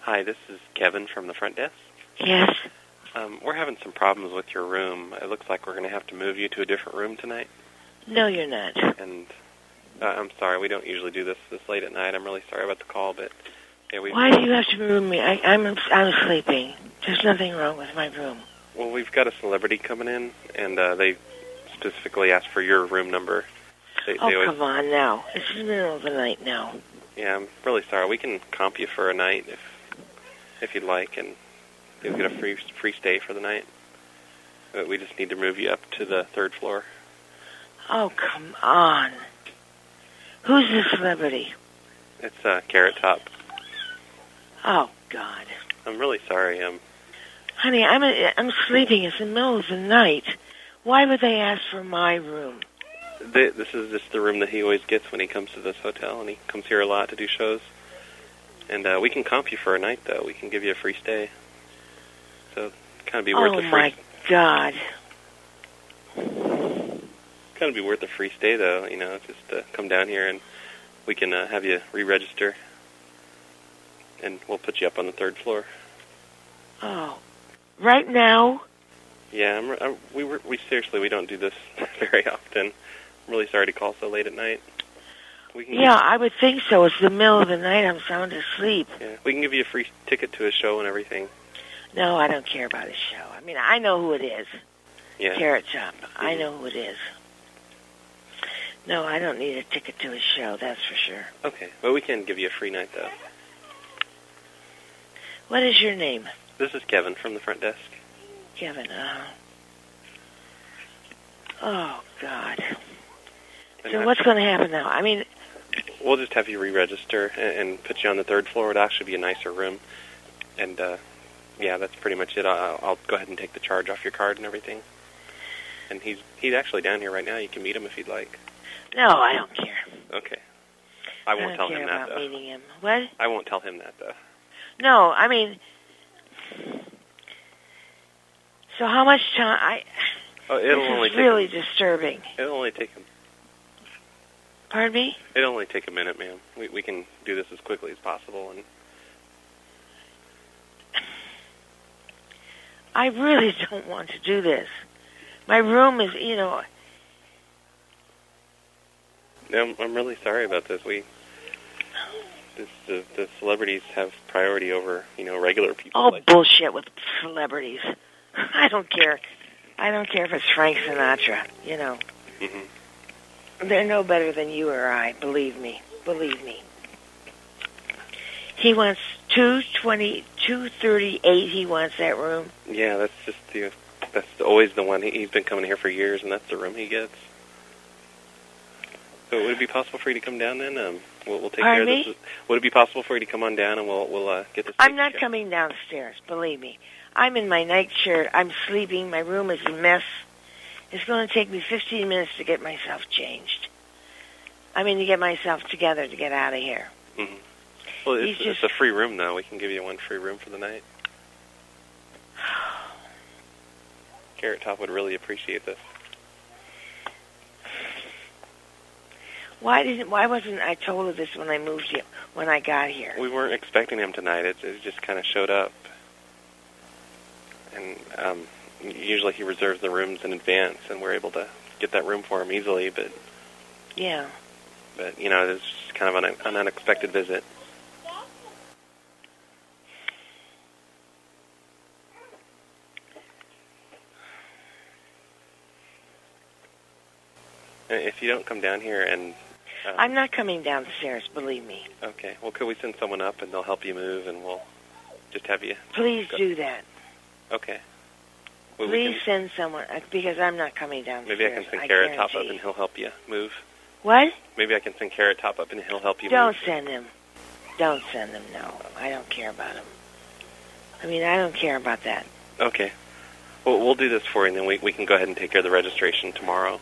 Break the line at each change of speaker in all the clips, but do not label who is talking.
Hi, this is Kevin from the front desk.
Yes.
Um, we're having some problems with your room. It looks like we're going to have to move you to a different room tonight.
No, you're not.
And uh, I'm sorry, we don't usually do this this late at night. I'm really sorry about the call, but yeah, we
Why do you have to room me? I, I'm I'm sleeping. There's nothing wrong with my room.
well we've got a celebrity coming in, and uh, they specifically asked for your room number. They,
Oh,
they always,
come on now. It's the middle of the night now.
yeah, I'm really sorry. We can comp you for a night if if you'd like, and you'll get a free free stay for the night. But we just need to move you up to the third floor.
Oh, come on. Who's the celebrity?
It's uh, Carrot Top.
Oh, God.
I'm really sorry. Um,
Honey, I'm i I'm sleeping. It's the middle of the night. Why would they ask for my room?
Th- this is just the room that he always gets when he comes to this hotel, and he comes here a lot to do shows. And uh, we can comp you for a night, though. We can give you a free stay. So kind of be worth
oh,
the
my
free
God.
kind of be worth the free stay, though. You know, just uh, come down here and we can uh, have you re-register, and we'll put you up on the third floor.
Oh. Right now?
Yeah, I'm, I'm, we were, we seriously we don't do this very often. I'm really sorry to call so late at night. We can
Yeah, I would think so. It's the middle of the night. I'm sound asleep.
yeah, we can give you a free ticket to his show and everything.
No, I don't care about his show. I mean, I know who it is.
Yeah.
Carrot Top. I know who it is. No, I don't need a ticket to his show, that's for sure.
Okay, well, we can give you a free night, though.
What is your name?
This is Kevin from the front desk.
Kevin. Uh, oh, God.
And
So
I-
what's going to happen now? I mean,
We'll just have you re-register and, and put you on the third floor. It'll actually be a nicer room. And, uh, yeah, that's pretty much it. I'll, I'll go ahead and take the charge off your card and everything. And he's he's actually down here right now. You can meet him if you'd like.
no, I don't care.
Okay. I won't
don't
tell
care
him that,
about
though.
meeting him. What?
I won't tell him that, though.
No, I mean, so how much time? I,
Oh, it'll
this
only
is
take
really disturbing.
it'll only take him.
Pardon me?
It'll only take a minute, ma'am. We we can do this as quickly as possible. And
I really don't want to do this. My room is, you know,
I'm, I'm really sorry about this. We this, the, the celebrities have priority over you know regular people.
all
like-
bullshit with celebrities. I don't care. I don't care if it's Frank Sinatra, you know.
Mhm.
They're no better than you or I, believe me. Believe me. He wants 220, 238, he wants that room.
Yeah, that's just the that's always the one. He, he's been coming here for years, and that's the room he gets. So would it be possible for you to come down then? Um, we'll, we'll take
Pardon
care of this.
me?
Would it be possible for you to come on down and we'll we'll uh, get this?
I'm
taken
not
care of?
coming downstairs, believe me. I'm in my nightshirt. I'm sleeping. My room is a mess. It's going to take me 15 minutes to get myself changed. I mean, to get myself together to get out of here.
Mm-hmm. Well,
He's
it's, it's
just-
a free room though. We can give you one free room for the night. Carrot Top would really appreciate this.
Why didn't? Why wasn't I told of this when I moved here? When I got here?
We weren't expecting him tonight. It, it just kind of showed up. And um, usually he reserves the rooms in advance, and we're able to get that room for him easily. But
Yeah.
but you know, it's just kind of an, an unexpected visit. Uh, If you don't come down here and um,
I'm not coming downstairs. Believe me.
okay, well, could we send someone up and they'll help you move, and we'll just have you
Please
Go-
do that.
Okay. Well, we
Please
can,
send someone uh, because I'm not coming downstairs.
maybe I can send Carrot Top up
guarantee.
and he'll help you move.
What?
Maybe I can send Carrot Top up and he'll help you
Don't
move.
send him. Don't send him. No, I don't care about him. I mean, I don't care about that.
Okay. Well, we'll do this for you, and then we, we can go ahead and take care of the registration tomorrow.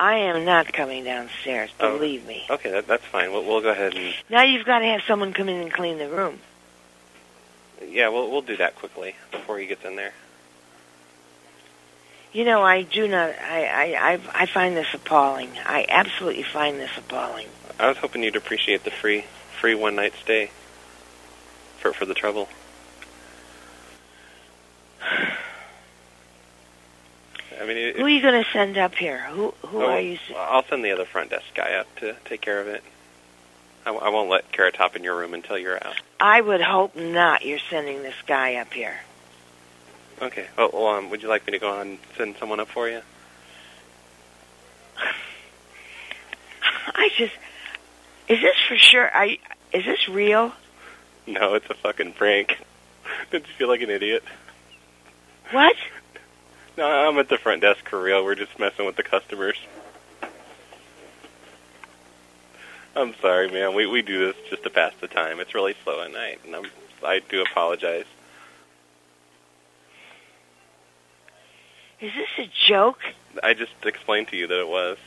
I am not coming downstairs.
Oh.
Believe me.
Okay, that, that's fine. We'll, we'll go ahead and
Now you've got to have someone come in and clean the room.
yeah, we'll we'll do that quickly before he gets in there.
You know, I do not. I I I, I find this appalling. I absolutely find this appalling.
I was hoping you'd appreciate the free free one night stay. for for the trouble. I mean, it,
Who are you going to send up here? Who who
Oh,
are you? s-
I'll send the other front desk guy up to take care of it. I, w- I won't let Carrot Top in your room until you're out.
I would hope not. You're sending this guy up here.
Okay. Well, well um, would you like me to go on and send someone up for you?
I just. Is this for sure? I is this real?
No, it's a fucking prank. Did you feel like an idiot?
What?
No, I'm at the front desk for real. We're just messing with the customers. I'm sorry, man. We we do this just to pass the time. It's really slow at night, and I'm I do apologize.
Is this a joke?
I just explained to you that it was.